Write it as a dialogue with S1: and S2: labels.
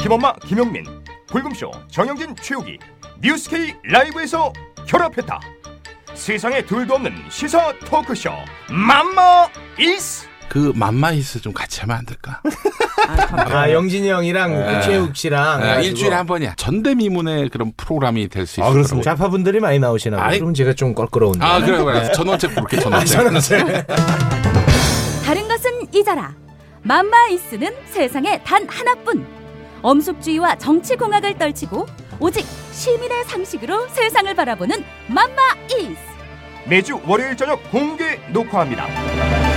S1: 김엄마 김영민 불금쇼 정영진 최욱이 뉴스케이 라이브에서 결합했다 세상에 둘도 없는 시사 토크쇼 맘마 이스
S2: 그 맘마이스 좀 같이 하면 안 될까?
S3: 아 영진이 형이랑 그 최욱 씨랑
S2: 아,
S3: 해가지고.
S2: 일주일에 한 번이야. 전대미문의 그런 프로그램이 될 수 있을
S3: 아
S2: 거라고.
S3: 그렇습니다. 좌파분들이 많이 나오시나 봐요.
S2: 아이.
S3: 그럼 제가 좀 껄끄러운데. 아,
S2: 아 네. 그래 그래. 전원책 부를게 전원책.
S4: 다른 것은 잊어라. 맘마이스는 세상에 단 하나뿐. 엄숙주의와 정치공학을 떨치고 오직 시민의 상식으로 세상을 바라보는 맘마이스.
S1: 매주 월요일 저녁 공개 녹화합니다.